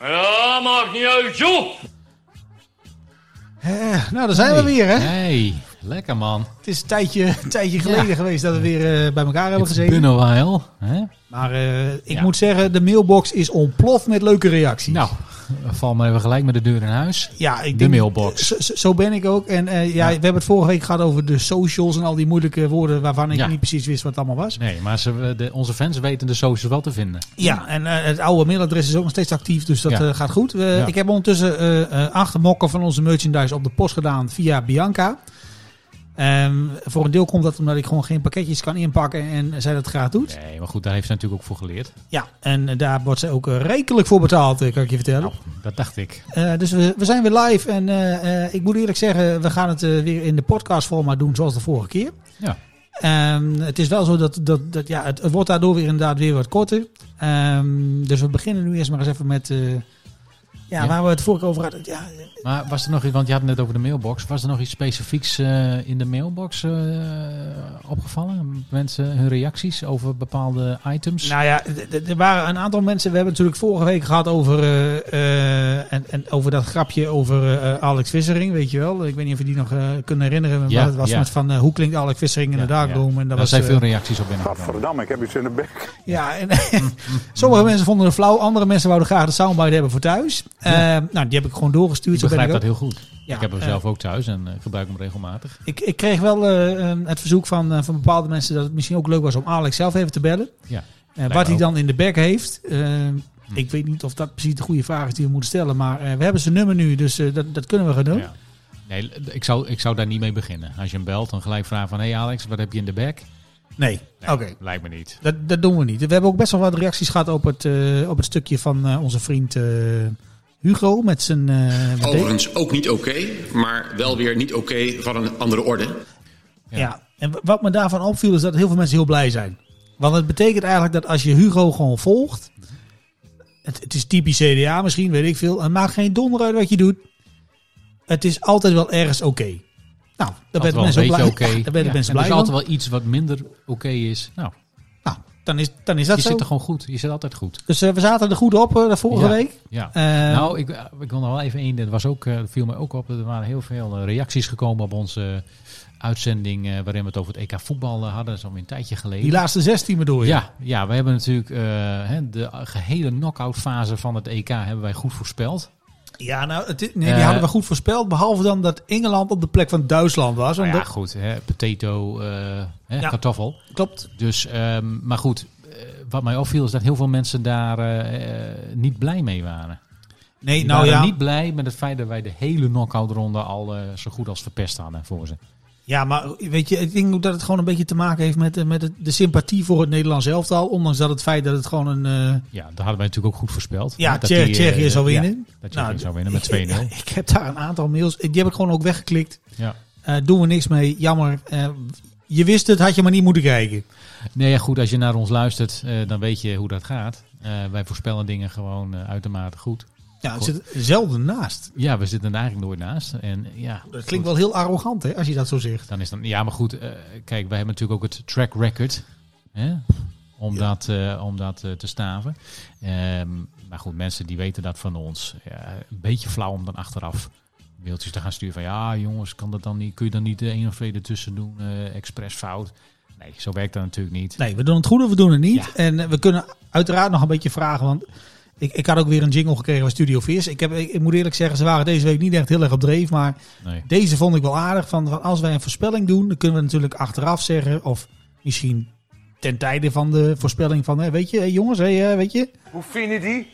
Ja, maakt niet uit, joh. Eh, nou, daar zijn we weer, hè? Hey, lekker man. Het is een tijdje, een tijdje geleden Ja. geweest dat we weer eh, bij elkaar hebben It's been gezeten. a while. Hè? Maar eh, ik Ja. moet zeggen, de mailbox is ontploft met leuke reacties. Nou, val maar even gelijk met de deur in huis. ja, ik de denk- mailbox. Zo, zo- zo ben ik ook. En eh, ja, we hebben het vorige week gehad over de socials en al die moeilijke woorden waarvan ik Ja. niet precies wist wat het allemaal was. Nee, maar ze, de, onze fans weten de socials wel te vinden. Ja, en eh, het oude mailadres is ook nog steeds actief, dus dat Ja. eh, gaat goed. Eh, Ja. Ik heb ondertussen eh, eh, acht mokken van onze merchandise op de post gedaan via Bianca. Ehm, voor een deel komt dat omdat ik gewoon geen pakketjes kan inpakken en zij dat graag doet. Nee, maar goed, daar heeft ze natuurlijk ook voor geleerd. Ja, en eh, daar wordt ze ook eh, rekelijk voor betaald, eh, kan ik je vertellen. Nou, dat dacht ik. Eh, dus we, we zijn weer live en eh, eh, ik moet eerlijk zeggen, we gaan het eh, weer in de podcastformaat doen zoals de vorige keer. Ja. Ehm, het is wel zo dat, dat, dat ja, het, het wordt daardoor weer inderdaad weer wat korter. Ehm, dus we beginnen nu eerst maar eens even met eh, ja, Ja. waar we het vorige keer over hadden. Ja, eh, Maar was er nog iets, want je had het net over de mailbox. Was er nog iets specifieks eh, in de mailbox eh, opgevallen? Mensen, hun reacties over bepaalde items? nou ja, d- d- er waren een aantal mensen. We hebben het natuurlijk vorige week gehad over, eh, eh, en, en over dat grapje over eh, Alex Vissering, weet je wel. Ik weet niet of je die nog eh, kunt herinneren. Maar Ja, het was ja. met van eh, hoe klinkt Alex Vissering in Ja, de Darkroom. En ja. dat Daar was zijn eh, veel reacties op binnengekomen. Gadverdamme, ik heb iets in de bek. Ja, en, sommige mensen vonden het flauw, andere mensen wouden graag de soundbite hebben voor thuis. Ja. Eh, nou, die heb ik gewoon doorgestuurd. Ik begrijp zo dat ben ik, heel goed. ook. Ja, ik heb hem eh, zelf ook thuis en eh, gebruik hem regelmatig. ik, ik kreeg wel eh, eh, het verzoek van, eh, van bepaalde mensen dat het misschien ook leuk was om Alex zelf even te bellen. Ja, Eh, me wat hij ook. Hm. dan in de bek heeft. eh, Ik weet niet of dat precies de goede vraag is die we moeten stellen. Maar eh, we hebben zijn nummer nu, dus eh, dat, dat kunnen we gaan doen. Ja. Nee, ik zou, ik zou daar niet mee beginnen. Als je hem belt, dan gelijk vragen van... hey Alex, wat heb je in de bek? Nee, Nee, oké. Lijkt me niet. Dat, dat doen we niet. We hebben ook best wel wat reacties gehad op het, eh, op het stukje van eh, onze vriend eh, Hugo met zijn... eh, met deze. Overigens ook niet oké, maar wel weer niet oké van een andere orde. Ja. Ja. en w- wat me daarvan opviel is dat heel veel mensen heel blij zijn. Want het betekent eigenlijk dat als je Hugo gewoon volgt. Het, het is typisch CDA misschien, weet ik veel. Het maakt geen donder uit wat je doet. Het is altijd wel ergens oké. Nou, daar ben Dat wel een mensen beetje blij, oké. daar Ja, werden mensen en blij Er is van. altijd wel iets wat minder oké is. Nou, Nou, dan is, dan is dat je zo. zit er gewoon goed. Je zit altijd goed. Dus eh, we zaten er goed op eh, de vorige Ja. week. Ja. Eh, nou, ik, ik wil nog wel even één. Dat was ook, eh, viel mij ook op. Er waren heel veel eh, reacties gekomen op onze uitzending... eh, waarin we het over het EK voetbal eh, hadden. Dat is alweer een tijdje geleden. die laatste 16 bedoel je? Ja, ja, we hebben natuurlijk eh, hè, de gehele knock-out fase van het EK hebben wij goed voorspeld. Ja, nou, het, is- nee, die Eh, hadden we goed voorspeld. Behalve dan dat Engeland op de plek van Duitsland was. Nou Omdat, ja, goed, hè, potato, eh, hè, Ja. kartoffel. Klopt. Dus, ehm, maar goed, eh, wat mij opviel is dat heel veel mensen daar eh, eh, niet blij mee waren. Nee, Die nou waren ja. niet blij met het feit dat wij de hele knock-out ronde al eh, zo goed als verpest hadden voor ze. Ja, maar weet je, ik denk ook dat het gewoon een beetje te maken heeft met, eh, met het- de sympathie voor het Nederlands elftal. Ondanks dat het feit dat het gewoon een... eh, Ja, dat hadden wij natuurlijk ook goed voorspeld. ja, Hè, dat Tsje- die, eh, Tsjechië zou ja, winnen. dat Tsjechië zou winnen met 2-0. nou, ik- Ik, ik heb daar een aantal mails, die heb ik gewoon ook weggeklikt. Ja. Eh, doen we niks mee, jammer. Eh, je wist het, had je maar niet moeten kijken. Nee, ja, goed, als je naar ons luistert, eh, dan weet je hoe dat gaat. Eh, wij voorspellen dingen gewoon eh, uitermate goed. Ja, het Goed. zit zelden naast. Ja, we zitten er eigenlijk nooit naast. En, ja, Dat klinkt wel heel arrogant, hè, als je dat zo zegt. Dan is dan, ja, maar goed, eh, kijk, wij hebben natuurlijk ook het track record. Hè? Om, dat, eh, om dat eh, te staven. Ehm, maar goed, mensen die weten dat van ons. Ja, een beetje flauw om dan achteraf mailtjes te gaan sturen van... Ja, jongens, kan dat dan niet, kun je dan niet de een of twee ertussen doen? eh expres fout. Nee, zo werkt dat natuurlijk niet. Nee, we doen het goed of we doen het niet. Ja. En eh, we kunnen uiteraard nog een beetje vragen, want ik, ik had ook weer een jingle gekregen van Studio Vis. Ik, heb, ik, ik moet eerlijk zeggen, ze waren deze week niet echt heel erg op dreef, maar... Nee. Deze vond ik wel aardig. Van, van als wij een voorspelling doen, dan kunnen we natuurlijk achteraf zeggen. Of misschien ten tijde van de voorspelling van. Hè, weet je, hé, jongens, hé, eh, weet je. Hoe vind je die?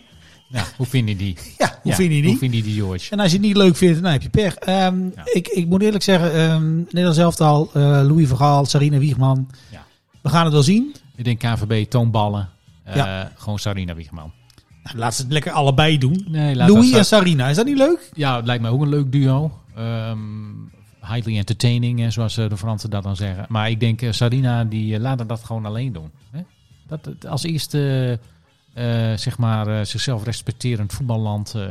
Nou, hoe vind je die? Ja, hoe Ja, vind je Hoe die? vind je die, George? En als je het niet leuk vindt, dan heb je pech. Ehm, Ja. ik, ik moet eerlijk zeggen, ehm Nederlands elftal, eh Louis Vergaal, Sarine Wiegman. Ja. We gaan het wel zien. Ik denk KVB, toonballen. eh, Ja. Gewoon Sarina Wiegman. Nou, laat ze het lekker allebei doen. Nee, laat Louis dat en Sa- Sarina, is dat niet leuk? Ja, het lijkt mij ook een leuk duo. Ehm, highly entertaining, eh, zoals eh, de Fransen dat dan zeggen. Maar ik denk, eh, Sarina, die eh, laat haar dat gewoon alleen doen. Hè? Dat, het als eerste, eh, eh, zeg maar, eh, zichzelf respecterend voetballand... eh,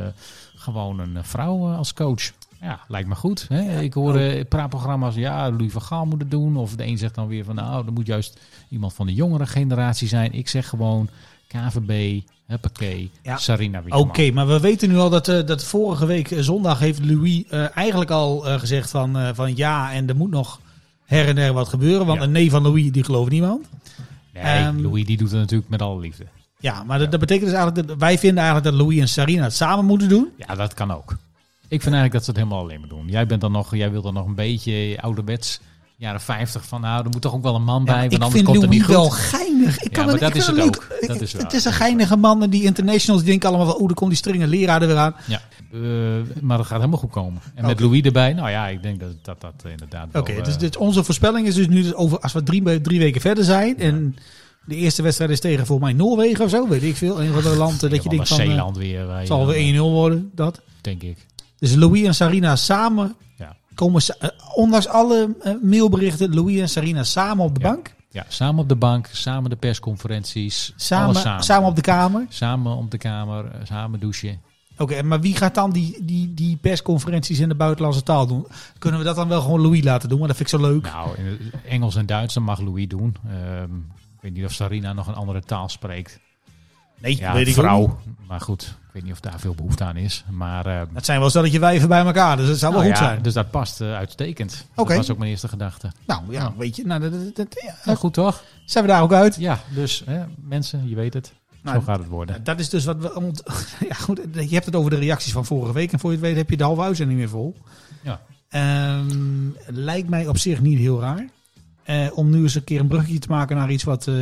gewoon een eh, vrouw eh, als coach. Ja, lijkt me goed. Hè? ik hoor eh, praatprogramma's, ja, Louis van Gaal moet het doen. Of de een zegt dan weer van, nou, er moet juist iemand van de jongere generatie zijn. Ik zeg gewoon, KVB, Huppakee, Ja. Sarina Oké, Wiegman. maar we weten nu al dat, eh, dat vorige week eh, zondag heeft Louis eh, eigenlijk al eh, gezegd van, eh, van ja, en er moet nog her en der wat gebeuren. Want Ja. een nee van Louis, die gelooft niemand. Nee, Ehm, Louis die doet het natuurlijk met alle liefde. Ja, maar dat, dat betekent dus eigenlijk dat wij vinden eigenlijk dat Louis en Sarina het samen moeten doen. Ja, dat kan ook. Ik vind eigenlijk dat ze het helemaal alleen maar doen. Jij, bent dan nog, jij wil dan nog een beetje ouderwets, jaren 50 van nou, er moet toch ook wel een man bij, want ik anders vind komt Louis het niet goed. wel geinig. Ik kan maar het, dat ik vind is het leuk. ook. Dat is wel. het is een geinige man en die internationals die denken allemaal van, oeh, daar komt die strenge leraar er weer aan. Ja, eh, maar dat gaat helemaal goed komen. En met Oké. Louis erbij, nou ja, ik denk dat dat, dat inderdaad Oké, wel... eh, dus, dit- onze voorspelling is dus nu dat over, als we drie, we- drie weken verder zijn en de eerste wedstrijd is tegen volgens mij Noorwegen of zo, weet ik veel. Een van de landen dat je helemaal denkt van, eh, Zeeland eh. weer. waar je het zal dan, weer 1-0 worden, dat. eh, Denk ik. Dus Louis en Sarina samen Ja. komen, sa- eh, ondanks alle eh, mailberichten, Louis en Sarina samen op de Ja. bank, ja, samen op de bank, samen de persconferenties. samen, alles samen. op de kamer. Samen op de kamer, eh, samen douchen. Oké, maar wie gaat dan die, die, die persconferenties in de buitenlandse taal doen? Kunnen we dat dan wel gewoon Louis laten doen? Want dat vind ik zo leuk. Nou, in het Engels en Duits, dan mag Louis doen. Ehm, ik weet niet of Sarina nog een andere taal spreekt. Nee, Ja, weet ik ook niet. vrouw. Maar goed, ik weet niet of daar veel behoefte aan is. Maar ehm, Dat zijn wel stelletje wijven bij elkaar, dus dat zou wel nou goed ja, zijn. dus dat past eh, uitstekend. Oké. Dat was ook mijn eerste gedachte. Nou ja, weet je, nou, dat, dat- dat- ja, Nou, goed toch? zijn we daar ook uit. Ja, dus hè, mensen, je weet het. Nou, Zo gaat het worden. Dat is dus wat we... ont- Ja, goed, je hebt het over de reacties van vorige week en voor je het weet heb je de halve uitzending weer vol. Ja. Ehm, lijkt mij op zich niet heel raar. Eh, om nu eens een keer een brugje te maken naar iets wat, eh,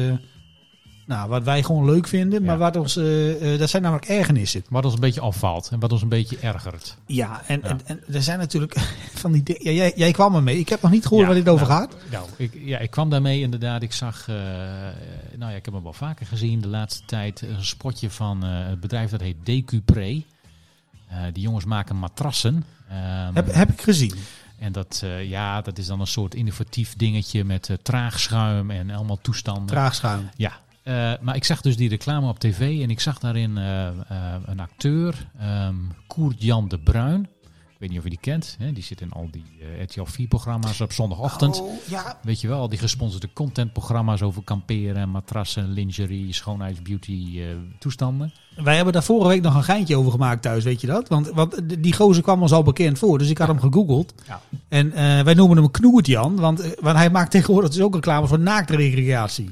nou, wat wij gewoon leuk vinden. Maar Ja. wat ons, eh, eh, dat zijn namelijk ergernissen. Wat ons een beetje afvalt en wat ons een beetje ergert. Ja, en, Ja. En, en er zijn natuurlijk van die... di- Ja, jij, jij kwam ermee. Ik heb nog niet gehoord Ja, waar dit over nou, gaat. Nou, ik, ja, ik kwam daarmee inderdaad. Ik zag, eh, eh, nou ja, ik heb hem wel vaker gezien de laatste tijd. Een spotje van eh, het bedrijf dat heet Decupre. Eh, die jongens maken matrassen. Ehm, Heb, heb ik gezien. En dat, eh, ja, dat is dan een soort innovatief dingetje met eh, traagschuim en allemaal toestanden. Traagschuim. Ja, eh, maar ik zag dus die reclame op tv en ik zag daarin eh, eh, een acteur, ehm Koert-Jan de Bruin. Ik weet niet of je die kent. Hè? Die zit in al die eh RTL 4-programma's op zondagochtend. Oh, ja. Weet je wel, al die gesponsorde contentprogramma's over kamperen, matrassen, lingerie, schoonheids, beauty, eh, toestanden. Wij hebben daar vorige week nog een geintje over gemaakt thuis, weet je dat? Want, want die gozer kwam ons al bekend voor, dus ik had hem gegoogeld. Ja. En eh, wij noemen hem Knoert Jan, want, eh, want hij maakt tegenwoordig dus ook reclame voor naaktrecreatie.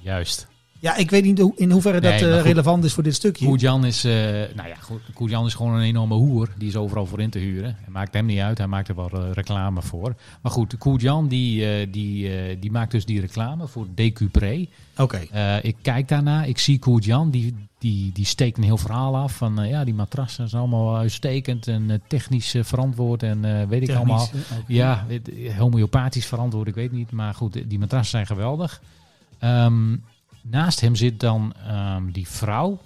Juist. Ja, ik weet niet hoe- in hoeverre dat Nee, maar eh, goed. relevant is voor dit stukje. Koert-Jan is, eh, nou ja, goed, Koert-Jan is gewoon een enorme hoer. Die is overal voor in te huren. Het maakt hem niet uit. Hij maakt er wel eh, reclame voor. Maar goed, Koert-Jan die, eh, die, eh, die maakt dus die reclame voor Decupre. Oké, Eh, ik kijk daarna, ik zie Koert-Jan, die, die, die steekt een heel verhaal af van eh, ja, die matrassen zijn allemaal uitstekend en eh, technisch eh, verantwoord en eh, weet ik allemaal. Technisch, eh, oké. Ja, het- homeopathisch verantwoord, ik weet niet, maar goed, die matrassen zijn geweldig. Ehm, naast hem zit dan ehm, die vrouw,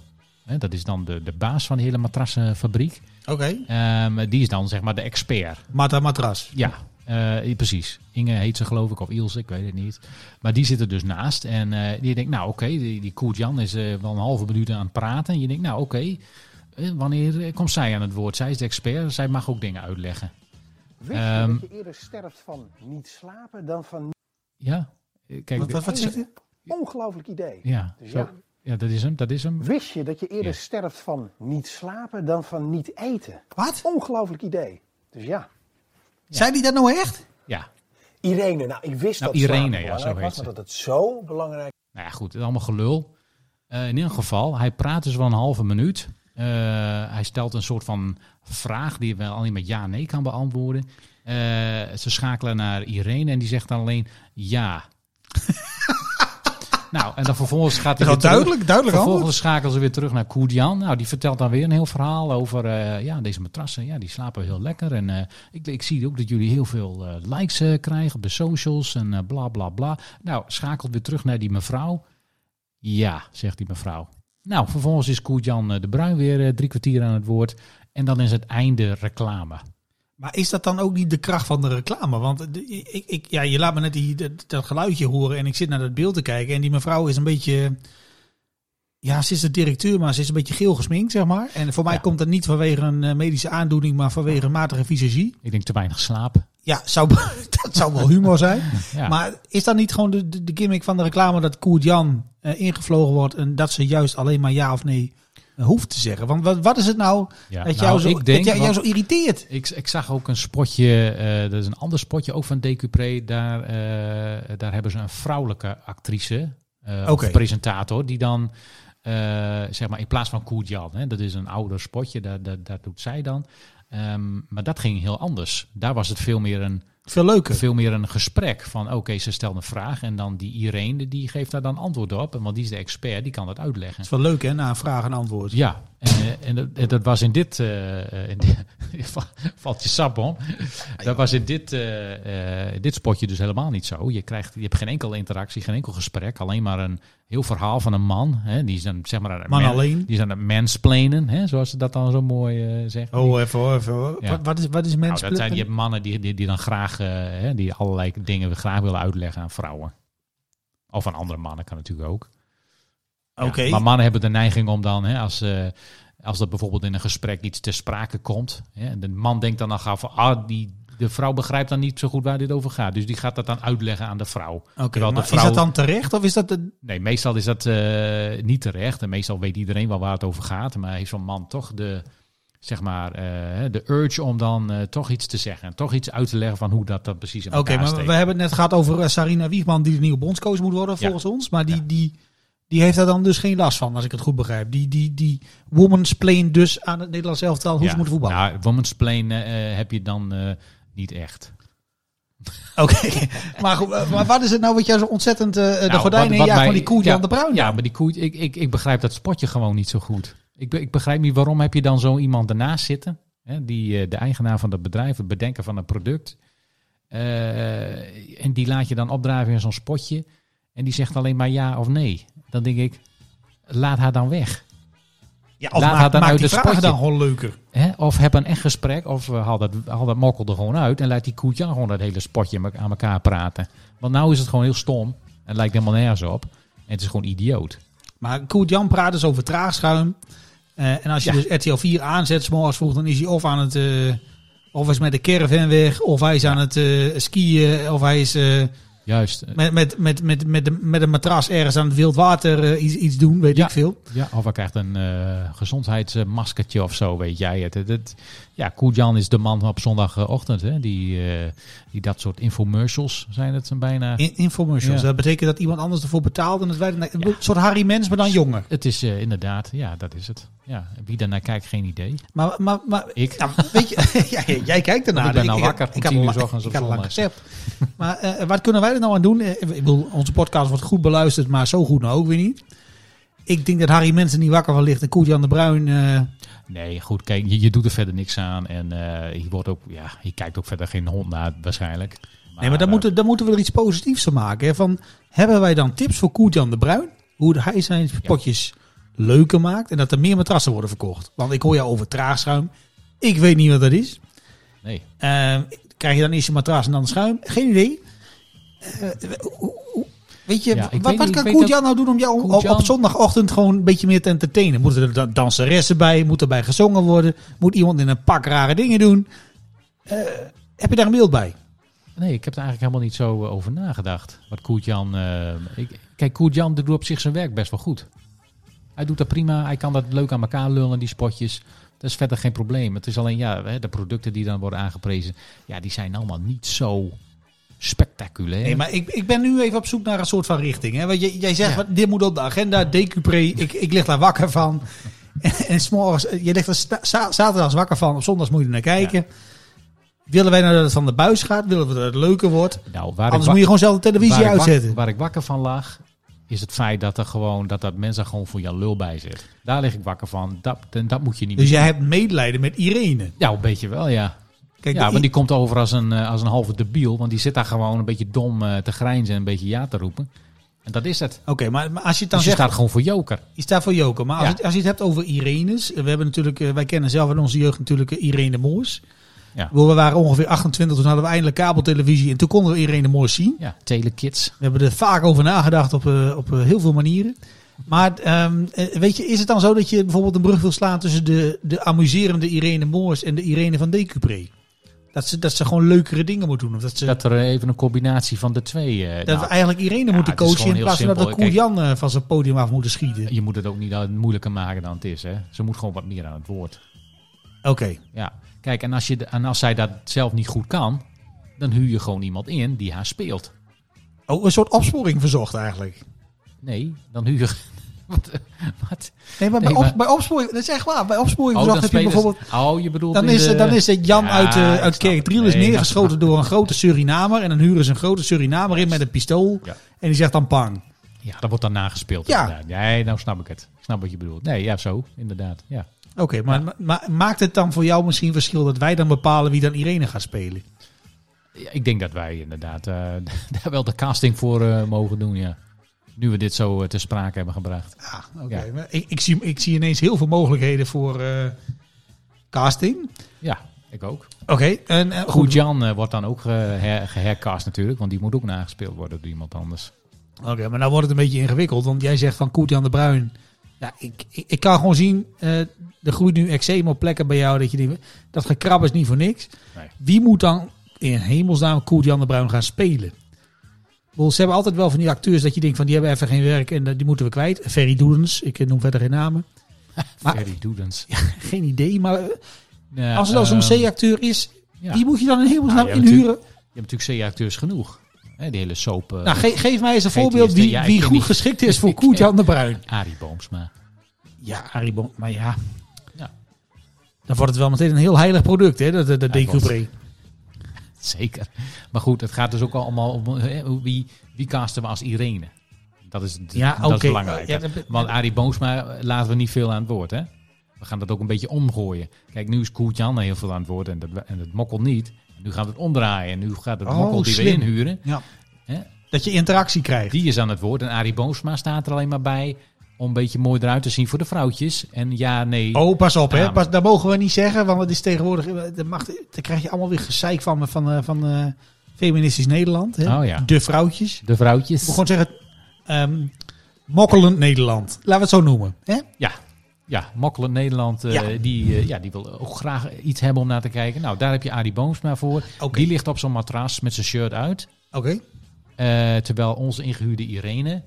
hè, dat is dan de, de baas van de hele matrassenfabriek. oké. Ehm, die is dan zeg maar de expert. Mata Matras. Ja, eh, precies. Inge heet ze geloof ik, of Ilse, ik weet het niet. Maar die zit er dus naast. En eh, die denkt, nou oké, die, die Koert Jan is eh, wel een halve minuut aan het praten. En je denkt, nou oké, eh, wanneer eh, komt zij aan het woord? Zij is de expert, zij mag ook dingen uitleggen. Weet je Ehm, dat je eerder sterft van niet slapen dan van niet? Ja, Eh, kijk. Wat, wat, wat de- zegt hij? Ongelooflijk idee. Ja, Dus zo, ja. ja, dat is hem, dat is hem. Wist je dat je eerder Ja. sterft van niet slapen dan van niet eten? Wat? Ongelooflijk idee. Dus ja. Zei die dat nou echt? Ja, Irene, nou ik wist Nou, dat Irene, slapen ja, belangrijk zo heet was, ze. maar dat het zo belangrijk nou ja, goed, allemaal gelul. Eh, in ieder geval, hij praat dus wel een halve minuut. Eh, hij stelt een soort van vraag die wel alleen met ja-nee kan beantwoorden. Eh, ze schakelen naar Irene en die zegt dan alleen ja. nou, en dan vervolgens gaat hij Dat is al weer terug. duidelijk, duidelijk Vervolgens antwoord. schakelen ze weer terug naar Koerdian. Nou, die vertelt dan weer een heel verhaal over eh, ja, deze matrassen. Ja, die slapen heel lekker. En eh, ik, ik zie ook dat jullie heel veel eh, likes eh, krijgen op de socials en eh, bla bla bla. Nou, schakelt weer terug naar die mevrouw. Ja, zegt die mevrouw. Nou, vervolgens is Koert-Jan eh, de Bruin weer eh, drie kwartier aan het woord. En dan is het einde reclame. Maar is dat dan ook niet de kracht van de reclame? Want de- ik, ik, ja, je laat me net die, dat, dat geluidje horen en ik zit naar dat beeld te kijken. En die mevrouw is een beetje... Ja, ze is de directeur, maar ze is een beetje geel gesminkt, zeg maar. En voor mij Ja. komt dat niet vanwege een eh, medische aandoening, maar vanwege een matige visagie. Ik denk te weinig slaap. Ja, zou, dat zou wel humor zijn. Ja. Maar is dat niet gewoon de, de, de gimmick van de reclame dat Koert Jan eh, ingevlogen wordt en dat ze juist alleen maar ja of nee eh, hoeft te zeggen. Want wat, wat is het nou Ja, dat, nou, jou zo, ik denk dat jou, jou wat- zo irriteert? Ik, ik zag ook een spotje, eh, dat is een ander spotje, ook van Decupré. Daar, eh, daar hebben ze een vrouwelijke actrice, eh, Oké. of presentator, die dan, eh, zeg maar, in plaats van Koertjan, hè, dat is een ouder spotje, daar, daar, daar doet zij dan. Ehm, maar dat ging heel anders. Daar was het veel meer een, Veel leuker. veel meer een gesprek van, oké, ze stelt een vraag en dan die Irene, die geeft daar dan antwoord op. en Want die is de expert, die kan dat uitleggen. Het is wel leuk hè, na een vraag en antwoord. Ja, en, eh, en dat, en dat was in dit. eh, eh, in di- va- valt je sap Ah, om. Dat was in dit, eh, eh, dit spotje dus helemaal niet zo. Je, krijgt, je hebt geen enkele interactie, geen enkel gesprek. Alleen maar een heel verhaal van een man. Hè, die is dan zeg maar. aan het Man alleen. Die is aan het mansplainen, hè, zoals ze dat dan zo mooi eh, zeggen. Oh, even hoor, even hoor. Ja. Wat, wat is, wat is nou, dat zijn, je mensen? hebt mannen die, die, die dan graag. eh, hè, die allerlei dingen graag willen uitleggen aan vrouwen. Of aan andere mannen kan natuurlijk ook. Ja, Oké. Maar mannen hebben de neiging om dan, hè, als, eh als dat bijvoorbeeld in een gesprek iets ter sprake komt. Hè, en de man denkt dan dan gauw van, ah, die, de vrouw begrijpt dan niet zo goed waar dit over gaat. Dus die gaat dat dan uitleggen aan de vrouw. Oké, Terwijl de maar Is vrouw- dat dan terecht of is dat... de- Nee, meestal is dat eh, niet terecht. En meestal weet iedereen wel waar het over gaat. Maar heeft zo'n man toch de, zeg maar, eh, de urge om dan eh, toch iets te zeggen. En toch iets uit te leggen van hoe dat, dat precies in Oké, elkaar maar steekt. we hebben het net gehad over eh, Sarina Wiegman... die de nieuwe bondscoach moet worden Ja. volgens ons. Maar die, Ja. die, die heeft daar dan dus geen last van, als ik het goed begrijp. Die, die, die woman's plane dus aan het Nederlands elftal hoe ze moeten voetballen. Nou, woman's plane eh, heb je dan eh, niet echt. Oké, maar, goed, eh, maar wat is het nou wat jou zo ontzettend eh, de Nou, gordijnen wat- wat jaagt mij- van die koe ja, Jan de Bruin? Ja, dan? maar die koe, ik, ik, ik begrijp dat spotje gewoon niet zo goed. Ik, be- ik begrijp niet waarom heb je dan zo iemand ernaast zitten, hè, die eh, de eigenaar van dat bedrijf, het bedenker van een product, eh, en die laat je dan opdraven in zo'n spotje, en die zegt alleen maar ja of nee. Dan denk ik, laat haar dan weg. ja, of laat haar maak, dan maak uit die het vragen spotje. dan gewoon leuker. Hè? Of heb een echt gesprek, of eh, haal dat, haal dat mokkel er gewoon uit en laat die koetje gewoon dat hele spotje me- aan elkaar praten. Want nou is het gewoon heel stom en lijkt helemaal nergens op. En het is gewoon idioot. Maar Koert Jan praat dus over traagschuim. Eh, en als je Ja. dus RTL 4 aanzet, 's morgens vroeg, dan is hij of aan het... eh, of hij is met de caravan weg, of hij is aan het eh, skiën, of hij is eh, Juist. eh, met, met, met, met, met, een- met een matras ergens aan het wild water eh, iets, iets doen, weet Ja. ik veel. Ja, of hij krijgt een eh, gezondheidsmaskertje of zo, weet jij het. Het- het- ja, Koedjan is de man op zondagochtend, hè, die, eh, die dat soort infomercials zijn het bijna. In, infomercials. Ja. Dat betekent dat iemand anders ervoor betaalt en dat wij... Een soort Harry Mens, maar dan jonger. Het is eh, inderdaad, ja, dat is het. Ja, wie daarnaar kijkt, geen idee. Maar, maar, maar Ik. Nou, weet je, ja, ja, jij kijkt ernaar. Want ik ben nou had- wakker om ik had 10 uur al la- ochtends op Ik had al lang zondag. gezept. Maar eh, wat kunnen wij er nou aan doen? Eh, ik bedoel, onze podcast wordt goed beluisterd, maar zo goed nou ook weer niet. Ik denk dat Harry Mensen niet wakker van ligt en Koert-Jan de Bruin... eh, Nee, goed, kijk, je, je doet er verder niks aan. En eh, je, wordt ook, ja, je kijkt ook verder geen hond naar, waarschijnlijk. nee, maar dan, eh, moeten, dan moeten we er iets positiefs van maken. Hè? Van, hebben wij dan tips voor Koert-Jan de Bruin? Hoe hij zijn potjes leuker maakt en dat er meer matrassen worden verkocht. Want ik hoor jou over traagschuim. Ik weet niet wat dat is. Nee. Eh, krijg je dan eerst een matras en dan schuim? Geen idee. Eh, hoe- hoe- weet je, Ja, wat, ik weet wat niet, kan ik weet Koert Jan nou doen om jou op, Koert-Jan- op zondagochtend gewoon een beetje meer te entertainen? Moeten er dan danseressen bij? Moet erbij gezongen worden? Moet iemand in een pak rare dingen doen? Eh, heb je daar een beeld bij? Nee, ik heb er eigenlijk helemaal niet zo eh, over nagedacht. Wat Koert-Jan... eh, ik- kijk, Koert-Jan doet op zich zijn werk best wel goed. Hij doet dat prima. Hij kan dat leuk aan elkaar lullen, die spotjes. Dat is verder geen probleem. Het is alleen, ja, hè, de producten die dan worden aangeprezen... Ja, die zijn allemaal niet zo spectaculair. Nee, maar ik, ik ben nu even op zoek naar een soort van richting. Hè? Want jij, jij zegt, wat, dit moet op de agenda, decupré, ik, ik lig daar wakker van. En, en s'morgens, eh, je ligt er sta- za- zaterdags wakker van, op zondags moet je er naar kijken. Willen wij nou dat het van de buis gaat? Willen we dat het leuker wordt? nou, waar ik Anders wa- moet je gewoon zelf de waar televisie ik wak- uitzetten. Waar ik wakker van lag, is het feit dat er gewoon... dat dat mensen gewoon voor jou lul bij zit. Daar lig ik wakker van. Dat, en dat moet je niet dus jij hebt medelijden met Irene. Ja, een beetje wel, ja. Kijk, ja, de- want die komt over als een, eh, als een halve debiel. Want die zit daar gewoon een beetje dom eh, te grijnzen en een beetje ja te roepen. En dat is het. Oké, maar, maar als je het dan Dus je zegt, staat gewoon voor joker. je staat voor Joker. Maar als, Ja. het, als je het hebt over Irenes, eh, we hebben natuurlijk, eh, wij kennen zelf in onze jeugd natuurlijk eh, Irene Moors. Ja. Ik bedoel, We waren ongeveer 28, toen hadden we eindelijk kabeltelevisie en toen konden we Irene Moors zien. Ja, telekids. We hebben er vaak over nagedacht op, eh, op eh, heel veel manieren. Maar ehm, eh, weet je, is het dan zo dat je bijvoorbeeld een brug wil slaan tussen de, de amuserende Irene Moors en de Irene van Decupré? Dat ze, dat ze gewoon leukere dingen moet doen. Of dat ze dat, Dat er even een combinatie van de twee... eh nou, we eigenlijk Irene ja, moeten het is coachen gewoon in heel plaats van dat we simpel. Kijk- Koerjan eh, van zijn podium af moeten schieten. je moet het ook niet aan- moeilijker maken dan het is. Hè? Ze moet gewoon wat meer aan het woord. Oké, Ja. Kijk, en als, je, de- en als zij dat zelf niet goed kan... dan huur je gewoon iemand in die haar speelt. oh, een soort opsporing verzocht eigenlijk. Nee, dan huur je... Wat? eh, wat? Nee, maar bij, Nee, maar- op- bij opsporing, dat is echt waar. Bij opsporing Oh, verzocht heb je spelen ze- bijvoorbeeld... Oh, je bedoelt Dan in is, de- dan is het Jan Ja, uit, eh ik uit snap het. Kerkdriel is Nee, dat neergeschoten door een grote Surinamer. En dan huren ze een grote Surinamer in met een pistool. Ja. En die zegt dan pang. Ja, dat wordt dan nagespeeld. Ja. inderdaad. Nee, nou snap ik het. Ik snap wat je bedoelt. Nee, ja, zo. Inderdaad. Ja. Oké, maar, ma- maar maakt het dan voor jou misschien verschil dat wij dan bepalen wie dan Irene gaat spelen? Ja, ik denk dat wij inderdaad eh, daar wel de casting voor eh, mogen doen, ja. Nu we dit zo eh, ter sprake hebben gebracht. Ja, Ah, oké. Ja. Maar Ik, ik, zie, ik zie ineens heel veel mogelijkheden voor eh, casting. Ja, ik ook. Oké, en eh, Goed, goed. Jan eh, wordt dan ook eh, her- gehercast natuurlijk, want die moet ook nagespeeld worden door iemand anders. Oké, maar nou wordt het een beetje ingewikkeld. Want jij zegt van Koert-Jan de Bruin. Ja, ik, ik, ik kan gewoon zien, eh er groeit nu eczeem op plekken bij jou. Dat, je die, dat gekrab is niet voor niks. Nee. Wie moet dan in hemelsnaam Koert-Jan de Bruin gaan spelen? Ik bedoel, Ze hebben altijd wel van die acteurs dat je denkt van die hebben even geen werk en eh, die moeten we kwijt. Ferry Doedens, ik eh, noem verder geen namen. Maar- Ferry Doedens. Geen idee, maar eh, Ja, als het al zo'n ehm, C-acteur is, ja. die moet je dan in hemelsnaam ja, inhuren. Je hebt natuurlijk C-acteurs genoeg. Hè, die hele soap. eh Nou, ge- geef mij eens een Heet die voorbeeld eerste- wie, ja, ik wie ken goed die. geschikt is voor Ik Koert-Jan de Bruin. Arie Boomsma. Ja, Aribo, maar ja. Ja. Dan wordt het wel meteen een heel heilig product, hè, dat, dat, dat Ja, decoubré. Zeker. Maar goed, het gaat dus ook allemaal om hè, wie, wie casten we als Irene. Dat is, Ja, ja, dat oké. is belangrijk. Ja, dat- Want Arie Boomsma eh, laten we niet veel aan het woord. Hè? We gaan dat ook een beetje omgooien. Kijk, nu is Koert Jan heel veel aan het woord en dat, en dat mokkelt niet. Nu gaan we het omdraaien. Nu gaat het Oh, mokkel die slim. we inhuren, Ja. Hè? Dat je interactie krijgt. die is aan het woord. En Arie Boomsma staat er alleen maar bij om een beetje mooi eruit te zien voor de vrouwtjes. En ja, nee. Oh, pas op, hè. Ja, Pas, dat mogen we niet zeggen, want het is tegenwoordig... eh, Dat mag, daar krijg je allemaal weer gezeik van, van, eh, van eh, feministisch Nederland. Hè? Oh, ja. De vrouwtjes. De Ik vrouwtjes. wil gewoon zeggen, ehm, mokkelend Nederland. Laten we het zo noemen. Hè? Ja, ja makkelijk Nederland. eh, Ja. Die, eh, ja, die wil ook graag iets hebben om naar te kijken. Nou, daar heb je Arie Boomsma voor. Oké. Die ligt op zo'n matras met zijn shirt uit. Oké. Eh, terwijl onze ingehuurde Irene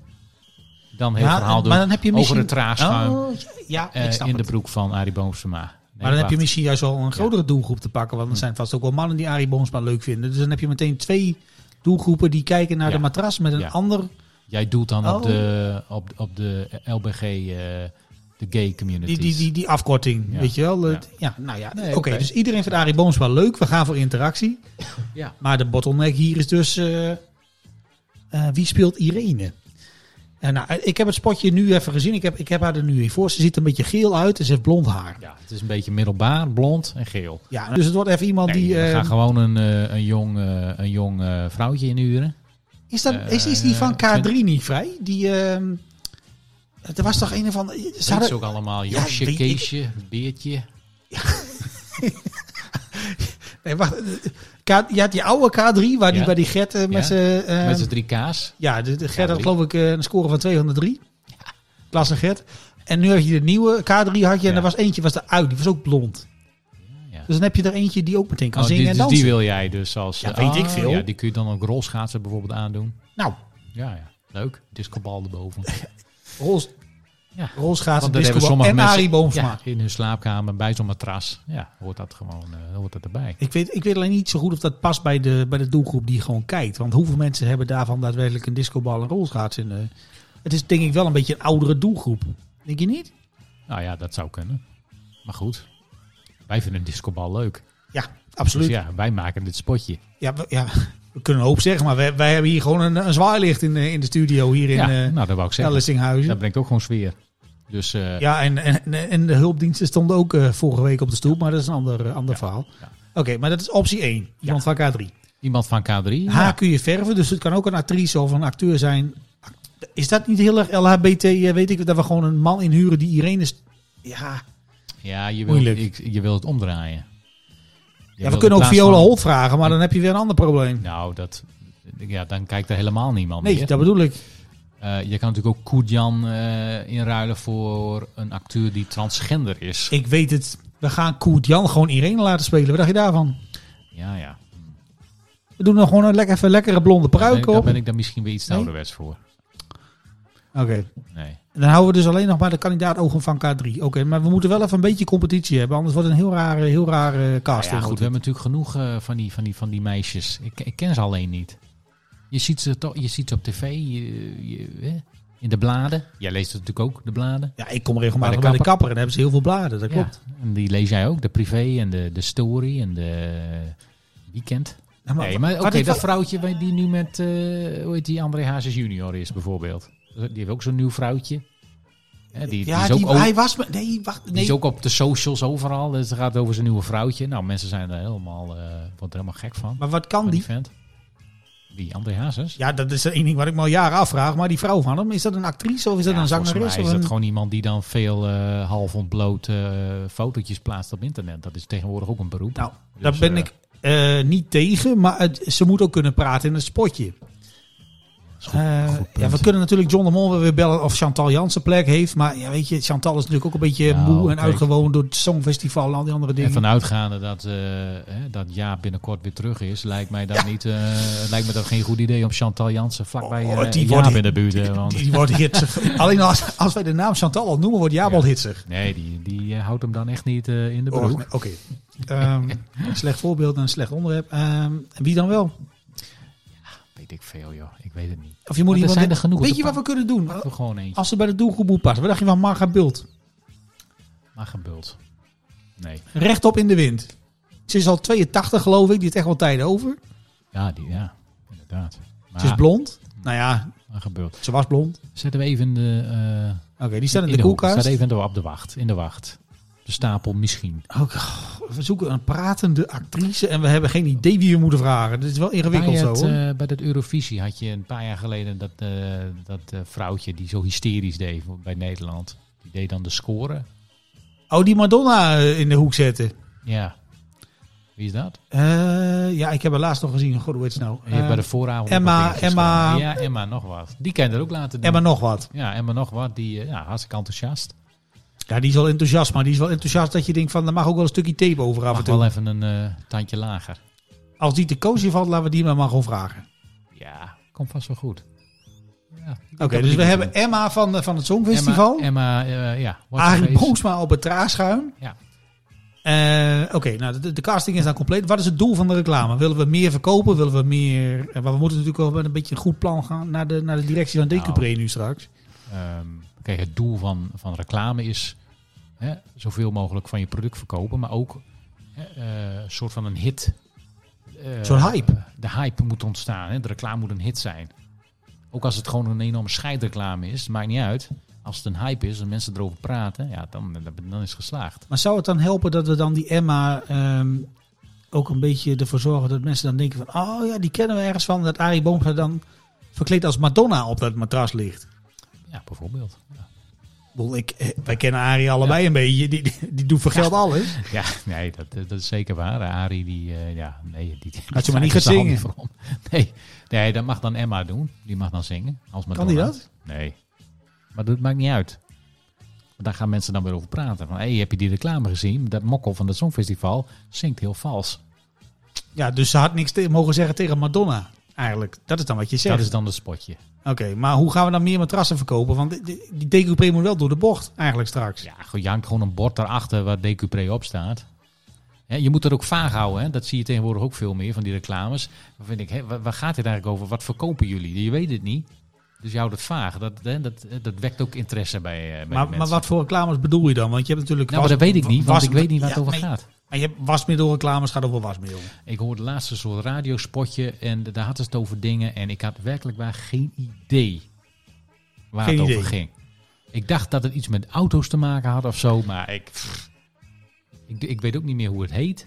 dan heel Ja, verhaal doet maar dan heb je misschien... over het traagschuim Oh, ja, eh, ik snap in de het. broek van Arie Boomsma. Nee, Maar dan heb je wacht. Hm. misschien juist wel een grotere doelgroep te pakken. Want er zijn vast ook wel mannen die Arie Boomsma leuk vinden. Dus dan heb je meteen twee doelgroepen die kijken naar Ja. de matras met een Ja. ander. Jij doelt dan Oh. op, de, op, op de LBG, eh, de gay community. Die, die, die, die afkorting, Ja. weet je wel. Ja. Het- Ja, nou ja, oké. Nee, oké. Dus iedereen vindt Arie Boomsma leuk. We gaan voor interactie. Ja. Maar de bottleneck hier is dus... eh, eh, wie speelt Irene? Eh, nou, eh, ik heb het spotje nu even gezien. Ik heb, ik heb haar er nu in voor. Ze ziet er een beetje geel uit en ze heeft blond haar. ja, het is een beetje middelbaar, blond en geel. Ja, dus het wordt even iemand Nee, die... we eh, gaan gewoon een, eh, een jong, eh, een jong eh, vrouwtje inhuren. Is, dat, is, is die van Eh, K3 niet vrij? Die, ehm, er was toch een of andere... ze Ze hadden- ook allemaal. Ja, Josje, weet ik- Keesje, Beertje. nee, wacht. eh, K, je had die oude K3, waar, die, Ja. waar die Gert eh, met Ja. zijn... ehm, met z'n drie K's. ja, de, de Gert had K3. geloof ik eh, een score van 203. Klasse Gert. En nu heb je de nieuwe K3 had je en Ja. er was eentje, was eruit. Die was ook blond. Ja. Dus dan heb je er eentje die ook meteen kan Oh, zingen die, en dus dansen. die wil jij dus als... Ja, eh, weet ik ah, veel. Ja, die kun je dan ook rolschaatsen bijvoorbeeld aandoen. Nou, Ja, ja. Leuk. Discobal erboven. Rols, Ja. rolschaatsen, daar hebben disco en Arie Boomsma. ja, in hun slaapkamer bij zo'n matras. Ja, hoort dat gewoon eh, hoort dat erbij. Ik weet, ik weet alleen niet zo goed of dat past bij de, bij de doelgroep die gewoon kijkt. Want hoeveel mensen hebben daarvan daadwerkelijk een discobal en rolschaats in? de- het is denk ik wel een beetje een oudere doelgroep. Denk je niet? Nou ja, dat zou kunnen. Maar goed. Wij vinden discobal leuk. Ja, Dus absoluut. ja. ja, wij maken dit spotje. we, ja, we kunnen een hoop zeggen, maar wij, wij hebben hier gewoon een, een zwaailicht in, eh, in de studio hier in ja, eh nou dat wou ik zeggen. Dat Ellesinghuizen. brengt ook gewoon sfeer. Dus eh, Ja, en, en, en de hulpdiensten stonden ook eh, vorige week op de stoel, maar dat is een ander, eh, ander verhaal. ja. Oké, maar dat is optie 1, iemand van K3. iemand van K3. Haar Ja, kun je verven, dus het kan ook een actrice of een acteur zijn. Is dat niet heel erg LHBT? eh, Weet ik dat we gewoon een man inhuren die Irene is. Ja, ja je, wil, Moeilijk. ik, je wil het omdraaien. Je ja wil we in kunnen ook plaats Viola van- Holt vragen, maar dan heb je weer een ander probleem. Nou, dat, ja, dan kijkt er helemaal niemand Nee, meer. dat bedoel ik. Eh, je kan natuurlijk ook Koedjan eh, inruilen voor een acteur die transgender is. Ik weet het. We gaan Koert Jan gewoon Irene laten spelen. Wat dacht je daarvan? Ja, ja. We doen dan gewoon een lekker, even een lekkere blonde Daar ben pruik ik- daar op. ben ik dan misschien weer iets te Nee? ouderwets voor. Oké. Nee. En Dan houden we dus alleen nog maar de kandidaat ogen van K3. Oké, maar we moeten wel even een beetje competitie hebben. Anders wordt het een heel rare, heel rare Nou cast. ja, goed, we hebben natuurlijk genoeg eh, van, die, van, die, van die meisjes. Ik, ik ken ze alleen niet. Je ziet ze, toch, je ziet ze op tv, je, je- hè? in de bladen. Jij leest het natuurlijk ook, de bladen. ja, ik kom regelmatig Bij bij de de kapper en daar hebben ze heel veel bladen. Dat klopt. Ja, en die lees jij ook, de privé en de, de story en de weekend. Nou, nee, maar wat oké, ik dat wel- vrouwtje waar- die nu met, eh, hoe heet die, André Hazes junior is bijvoorbeeld. Die heeft ook zo'n nieuw vrouwtje. Hè, die, die ja, is ook die, o- hij was... me- Nee, wacht. Die Nee. is ook op de socials overal. Dus het gaat over zijn nieuwe vrouwtje. Nou, mensen zijn er helemaal, eh worden er helemaal gek van. Maar wat kan Van die die? vent. Wie? André Hazes? Ja, dat is één ding wat ik me al jaren afvraag. Maar die vrouw van hem, is dat een actrice of is dat Ja, een volgens mij zangeres? is Of dat een... gewoon iemand die dan veel eh, half ontbloot eh, fotootjes plaatst op internet. Dat is tegenwoordig ook een beroep. Nou, Dus, daar ben eh, ik eh, niet tegen. Maar het- ze moet ook kunnen praten in het spotje. is goed- Eh, goed punt. ja, we kunnen natuurlijk John de Mol wel weer bellen of Chantal Jansen plek heeft. Maar ja, weet je, Chantal is natuurlijk ook een beetje Nou, moe en kijk. uitgewoond door het Songfestival en al die andere dingen. En vanuitgaande dat, eh, hè, dat Jaap binnenkort weer terug is, lijkt mij dat, niet, eh, lijkt me dat geen goed idee om Chantal Jansen vlakbij Oh, eh die Jaap wordt- in de buurt. eh, want, Die, die wordt hitsig. Alleen als, als wij de naam Chantal al noemen, wordt Jaap Ja. al hitsig. nee, die, die eh, houdt hem dan echt niet eh, in de Oh, broek. nee, Oké. Ehm, slecht voorbeeld en een slecht onderwerp. Ehm, en wie dan wel? Weet ik veel, joh. Ik weet het niet. Of je moet er iemand zijn er genoeg. Weet Er je wat we pa- kunnen doen? Pakken we gewoon eentje. Als ze bij de doelgroep moet passen. Wat dacht je van Marga Bult? Oh. Maar gebult. Nee. Rechtop in de wind. Ze is al 82 geloof ik. Die heeft echt wel tijd over. Ja, die, ja. Inderdaad. Maar, Ze is blond. Nou ja, Maar gebult. ze was blond. Zetten we even de... eh Oké, die staat in, de, hoek. koelkast. Zet even de- op de wacht. In de wacht. De stapel misschien. Oh, goh, we zoeken een pratende actrice en we hebben geen idee wie we moeten vragen. Dat is wel ingewikkeld bij zo. het, hoor. eh, bij dat Eurovisie had je een paar jaar geleden dat, eh, dat eh, vrouwtje die zo hysterisch deed voor- bij Nederland. Die deed dan de score. Oh, die Madonna eh, in de hoek zetten. Ja. Wie is dat? Eh, ja, ik heb haar laatst nog gezien. God, hoe heet ze nou? Je hebt bij de Eh, vooravond. Emma- nog wat dingetjes Emma- gedaan. Ja, Emma nog wat. Die kan je er ook laten doen. en maar nog wat. Ja, en maar nog wat, die eh, ja, hartstikke enthousiast. Ja, die is wel enthousiast, maar die is wel enthousiast dat je denkt van, daar mag ook wel een stukje tape over af Mag en toe. wel even een eh, tandje lager. Als die te koosje valt, laten we die maar maar gewoon vragen. Ja, komt vast wel goed. Ja, Oké, dus we hebben Emma van, eh, van Ah, het Songfestival. Emma, Emma eh, ja. what's her Arie face? Boomsma op het traagschuim. Ja. Eh, Oké, nou, de, de casting is dan compleet. Wat is het doel van de reclame? Willen we meer verkopen? Willen we meer... eh, maar we moeten natuurlijk wel met een beetje een goed plan gaan naar de, naar de directie van Nou. Decupré nu straks. Ehm, kijk, het doel van, van reclame is hè, zoveel mogelijk van je product verkopen, maar ook hè, eh, een soort van een hit. Eh, Zo'n hype. De hype moet ontstaan. Hè? De reclame moet een hit zijn. Ook als het gewoon een enorme scheidreclame is, maakt niet uit. Als het een hype is en mensen erover praten, ja, dan, dan, dan is het geslaagd. Maar zou het dan helpen dat we dan die Emma ehm, ook een beetje ervoor zorgen dat mensen dan denken van... Oh ja, die kennen we ergens van. Dat Arie Boomsma dan verkleed als Madonna op dat matras ligt. Ja, bijvoorbeeld. Ja. Ik bedoel, Ik, eh, wij kennen Arie allebei een beetje. Die, die, die doet voor geld alles. Ja, nee, dat, dat is zeker waar. Ari, die, eh, ja, nee, die, die Had je maar niet daar gaan is de hand zingen. voor om. Nee, nee, dat mag dan Emma doen. Die mag dan zingen. Als Kan die Madonna. dat? Nee. Maar dat maakt niet uit. Want Daar gaan mensen dan weer over praten. Van, hey, heb je die reclame gezien? Dat mokkel van het Songfestival zingt heel vals. Ja, dus ze had niks te- mogen zeggen tegen Madonna. Eigenlijk, dat is dan wat je zegt. Dat is dan het spotje. Oké, maar hoe gaan we dan meer matrassen verkopen? Want die- die die decoupé moet wel door de bocht eigenlijk straks. Ja, goed, je hangt gewoon een bord daarachter waar Decupré op staat. Hè, je moet dat ook vaag houden. Hè? Dat zie je tegenwoordig ook veel meer van die reclames. Dan vind ik, hè, waar, waar gaat dit eigenlijk over? Wat verkopen jullie? Je weet het niet. Dus je houdt het vaag. Dat, hè, dat, dat wekt ook interesse bij, eh, bij de maar, mensen. maar wat voor reclames bedoel je dan? Want je hebt natuurlijk... Nou, maar dat weet ik niet, want ik weet niet waar het ja, over nee. gaat. Maar je hebt wasmiddelreclames, gaat over wasmiddel. Ik hoorde laatst een soort radiospotje en daar hadden ze het over dingen. En ik had werkelijk waar geen idee waar Geen het idee. over ging. Ik dacht dat het iets met auto's te maken had of zo, maar ik, pff, ik, ik weet ook niet meer hoe het heet.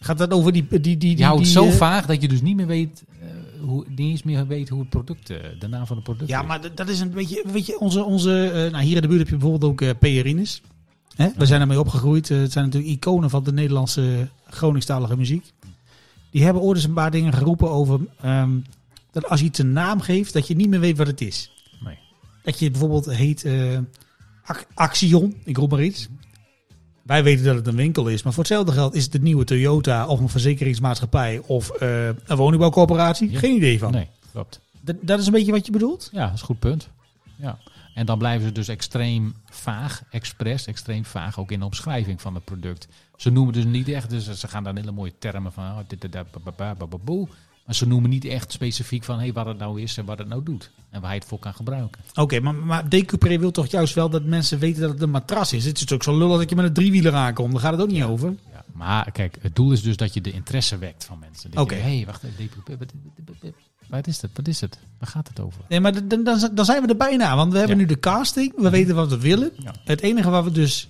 Gaat dat over die... die, die, die Je houdt die, het zo eh, vaag dat je dus niet meer weet, eh, hoe, niet eens meer weet hoe het product, eh, de naam van het product Ja, is. maar d- dat is een beetje... Weet je, onze... onze eh, nou, hier in de buurt heb je bijvoorbeeld ook eh PRINES. Hè? We zijn ermee opgegroeid. Eh, het zijn natuurlijk iconen van de Nederlandse Groningstalige muziek. Die hebben ooit eens een paar dingen geroepen over... ehm, dat als je iets een naam geeft, dat je niet meer weet wat het is. Nee. Dat je bijvoorbeeld heet eh, Ac- Axion, ik roep maar iets. Wij weten dat het een winkel is, maar voor hetzelfde geld is het de nieuwe Toyota of een verzekeringsmaatschappij of eh, een woningbouwcorporatie. Ja. Geen idee van. Nee, klopt. Dat, dat is een beetje wat je bedoelt? Ja, dat is een goed punt. Ja. En dan blijven ze dus extreem vaag, expres, extreem vaag ook in de omschrijving van het product. Ze noemen dus niet echt, dus ze gaan dan hele mooie termen van oh, dit, dit, dat, ba, ba, ba, ba, ba, boe. Maar ze noemen niet echt specifiek van hey, wat het nou is en wat het nou doet. En waar je het voor kan gebruiken. Oké, maar, maar Decupré wil toch juist wel dat mensen weten dat het een matras is. Het is natuurlijk zo lullig dat je met een driewieler aankomt. Daar gaat het ook niet over. Ja. Maar kijk, het doel is dus dat je de interesse wekt van mensen. Oké. Hé, hey, wacht even. DPP, wat- wat- wat- Wat is het? Wat is het? Waar gaat het over? Nee, maar dan, dan, dan zijn we er bijna. Want we hebben Ja. nu de casting. We weten wat we willen. Ja. Het enige wat we dus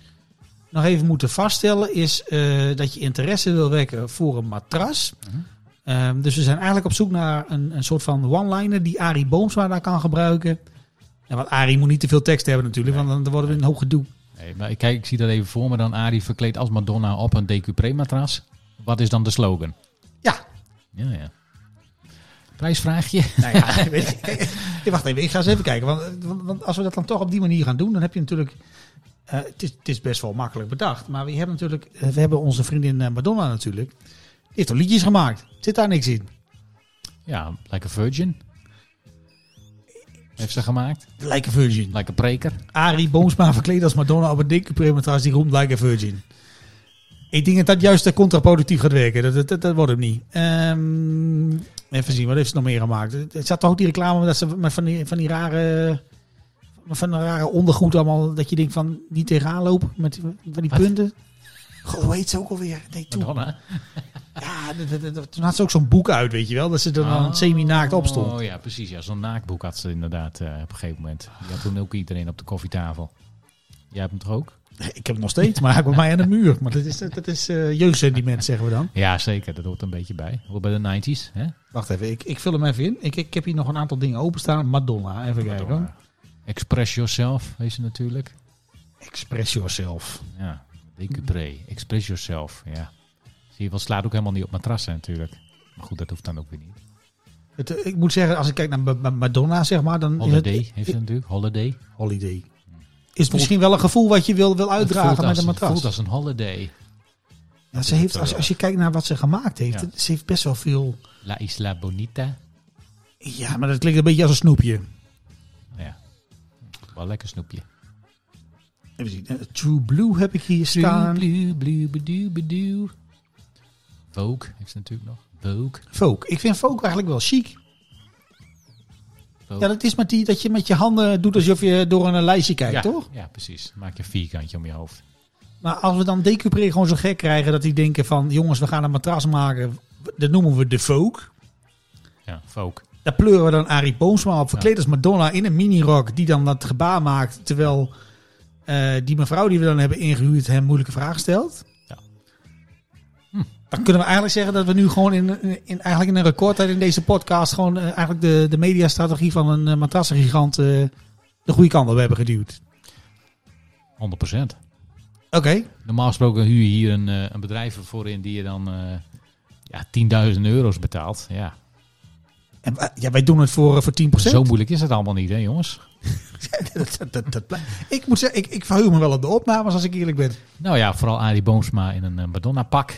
nog even moeten vaststellen is eh, dat je interesse wil wekken voor een matras. Ehm, dus we zijn eigenlijk op zoek naar een, een soort van one-liner die Arie Boomsma daar kan gebruiken. En want Arie moet niet te veel tekst hebben natuurlijk, want dan- dan worden we in een hoog gedoe. Nee, maar ik, kijk, ik zie dat even voor me dan. Arie verkleed als Madonna op een decupré-matras. Wat is dan de slogan? Ja, Ja, ja. Prijsvraagje. nou ja, weet je, kijk, eh, wacht even, ik ga eens even kijken. Want, eh, want, want als we dat dan toch op die manier gaan doen, dan heb je natuurlijk... eh, Het is, het is best wel makkelijk bedacht, maar we hebben natuurlijk... eh, we hebben onze vriendin eh, Madonna natuurlijk. Die heeft toch liedjes gemaakt? Zit daar niks in? Ja, like a virgin. Heeft ze gemaakt. Like a virgin. Like a preker. Arie Boomsma verkleed als Madonna op een dikke prematras die roemt like a virgin. Ik denk dat dat juist eh, contraproductief gaat werken. Dat, dat, dat, dat wordt hem niet. Ehm, even zien, wat heeft ze nog meer gemaakt? Het zat toch ook die reclame dat ze met van die, van die rare... Van een rare ondergoed allemaal, dat je denkt van niet tegenaan lopen met die- van die Wat? punten. Goh, hoe heet ze ook alweer? Nee, toen, Madonna. ja, dat- dat- dat- toen had ze ook zo'n boek uit, weet je wel, dat ze er dan Oh. semi-naakt op stond. Oh ja, precies. Ja, zo'n naakboek had ze inderdaad eh, op een gegeven moment. Die had toen ook iedereen op de koffietafel. Jij hebt hem toch ook? Ik heb hem nog steeds, maar hij bij mij aan de muur. Maar dat is, dat is eh, jeugdsentiment, zeggen we dan. Ja, zeker. Dat hoort een beetje bij. Hoort bij de 90s. Hè? Wacht even, ik, ik vul hem even in. Ik, ik heb hier nog een aantal dingen openstaan. Madonna, even kijken. hoor. Express Yourself, heet ze natuurlijk. Express yourself. Ja, decupré. Express Yourself, ja. Zie je, wel slaat ook helemaal niet op matrassen natuurlijk. Maar goed, dat hoeft dan ook weer niet. Het, eh, ik moet zeggen, als ik kijk naar Ma- Ma- Madonna, zeg maar, dan... is Holiday het- heeft ze natuurlijk. Holiday. Holiday. Is het misschien wel een gevoel wat je wil, wil Het uitdragen met een voelt als- Het matras? voelt als een holiday. Ja, ze heeft, als, als je kijkt naar wat ze gemaakt heeft, Ja. ze heeft best wel veel... La Isla Bonita. Ja, maar dat klinkt een beetje als een snoepje. Nou Ja. Wel lekker snoepje. Even zien. eh, True Blue heb ik hier staan. Blue, blue, bedoe, bedoe. Vogue heeft ze natuurlijk nog. Vogue. Folk. Ik vind folk eigenlijk wel chic. Vogue. Ja, dat is met die dat je met je handen doet alsof je door een lijstje kijkt, ja, toch? Ja, precies. Maak je een vierkantje om je hoofd. Maar als we dan Decupré gewoon zo gek krijgen dat die denken van... jongens, we gaan een matras maken, dat noemen we de Vogue. Ja, Vogue. Daar pleuren we dan Arie Boomsma op, verkleed als Madonna in een minirok... die dan dat gebaar maakt, terwijl eh, die mevrouw die we dan hebben ingehuurd... hem moeilijke vragen stelt. Hm. Ja. Dan kunnen we eigenlijk zeggen dat we nu gewoon in, in, in- eigenlijk in een recordtijd in deze podcast... gewoon eh, eigenlijk de, de mediastrategie van een eh, matrassengigant eh, de goede kant op hebben geduwd. 100%. Oké, Normaal gesproken huur je hier een, eh, een bedrijf voor in die je dan eh, ja, 10.000 euro's betaalt. Ja. en wa- ja, wij doen het voor, eh, voor 10%. Zo moeilijk is het allemaal niet, hè jongens? Dat- dat- dat- dat blij- ik moet zeggen, ik, ik verheug me wel op de opnames als ik eerlijk ben. Nou ja, vooral Arie Boomsma in een eh, Madonna-pak.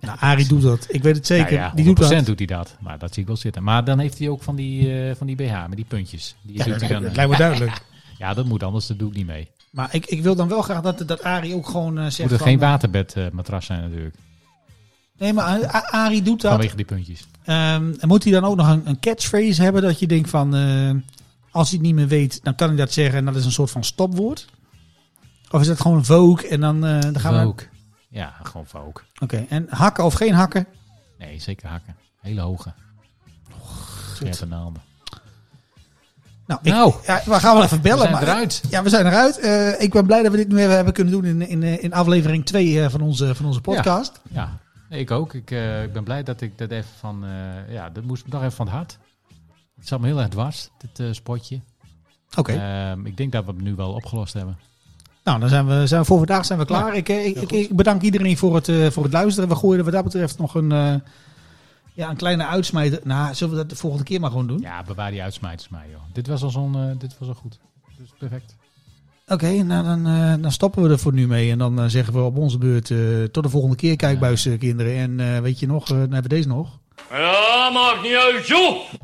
Nou, Arie doet dat. Ik weet het zeker. Nou ja, 100% die doet dat. doet hij dat. Maar dat zie ik wel zitten. Maar dan heeft hij ook van die, eh, van die BH met die puntjes. Die Ja, doet hij dan, dat eh, lijkt me duidelijk. ja, dat moet anders. Dat doe ik niet mee. Maar ik, ik wil dan wel graag dat, dat Arie ook gewoon eh, Moet zegt... er van, geen waterbedmatras zijn natuurlijk. Nee, maar eh, A- Arie doet dat. Vanwege die puntjes. Ehm, en moet hij dan ook nog een, een catchphrase hebben dat je denkt van... eh, als hij het niet meer weet, dan kan ik dat zeggen. En dat is een soort van stopwoord. Of is dat gewoon Vogue en dan, eh, dan gaan we... Vogue. Ja, gewoon Vogue. Oké, en hakken of geen hakken? Nee, zeker hakken. Hele hoge. Scherpe naalden. Nou, ik- Nou. ja, we gaan wel even bellen. We zijn maar, eruit. Ja, we zijn eruit. Eh, ik ben blij dat we dit nu even hebben kunnen doen in, in, eh, in aflevering 2 van, onze, van onze podcast. Ja, nee, ik ook. Ik, eh, ik ben blij dat ik dat even van... eh, ja, dat moest me nog even van het hart. Het zat me heel erg dwars, dit eh, spotje. Oké, Ehm, ik denk dat we hem nu wel opgelost hebben. nou dan zijn we, zijn we voor vandaag zijn we klaar. ik, eh, ik, ik, ik bedank iedereen voor het, eh, voor het luisteren. We gooien er wat dat betreft nog een, eh, ja, een kleine uitsmijter. Nou, zullen we dat de volgende keer maar gewoon doen? Ja, bewaar die uitsmijters maar, joh. Dit was al zo'n... eh, dit was al goed. Dus perfect. Oké, nou dan, eh, dan stoppen we er voor nu mee. En dan eh, zeggen we op onze beurt eh, tot de volgende eh, keer kijkbuiskinderen. En eh, weet je nog, eh, dan hebben we deze nog. Ja, maakt niet uit, joh!